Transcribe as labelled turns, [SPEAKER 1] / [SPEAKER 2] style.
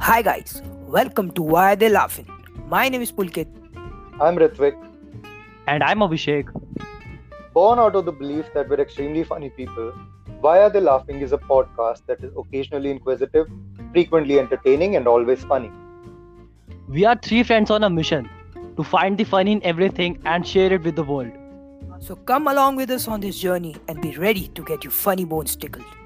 [SPEAKER 1] Hi guys, welcome to Why Are They Laughing? My name is Pulkit.
[SPEAKER 2] I'm Ritvik,
[SPEAKER 3] And I'm Abhishek.
[SPEAKER 2] born out of the belief that we're extremely funny people. Why Are They Laughing is a podcast that is occasionally inquisitive, frequently entertaining, and always funny.
[SPEAKER 3] We are three friends on a mission to find the fun in everything and share it with the world.
[SPEAKER 1] So come along with us on this journey and be ready to get your funny bones tickled.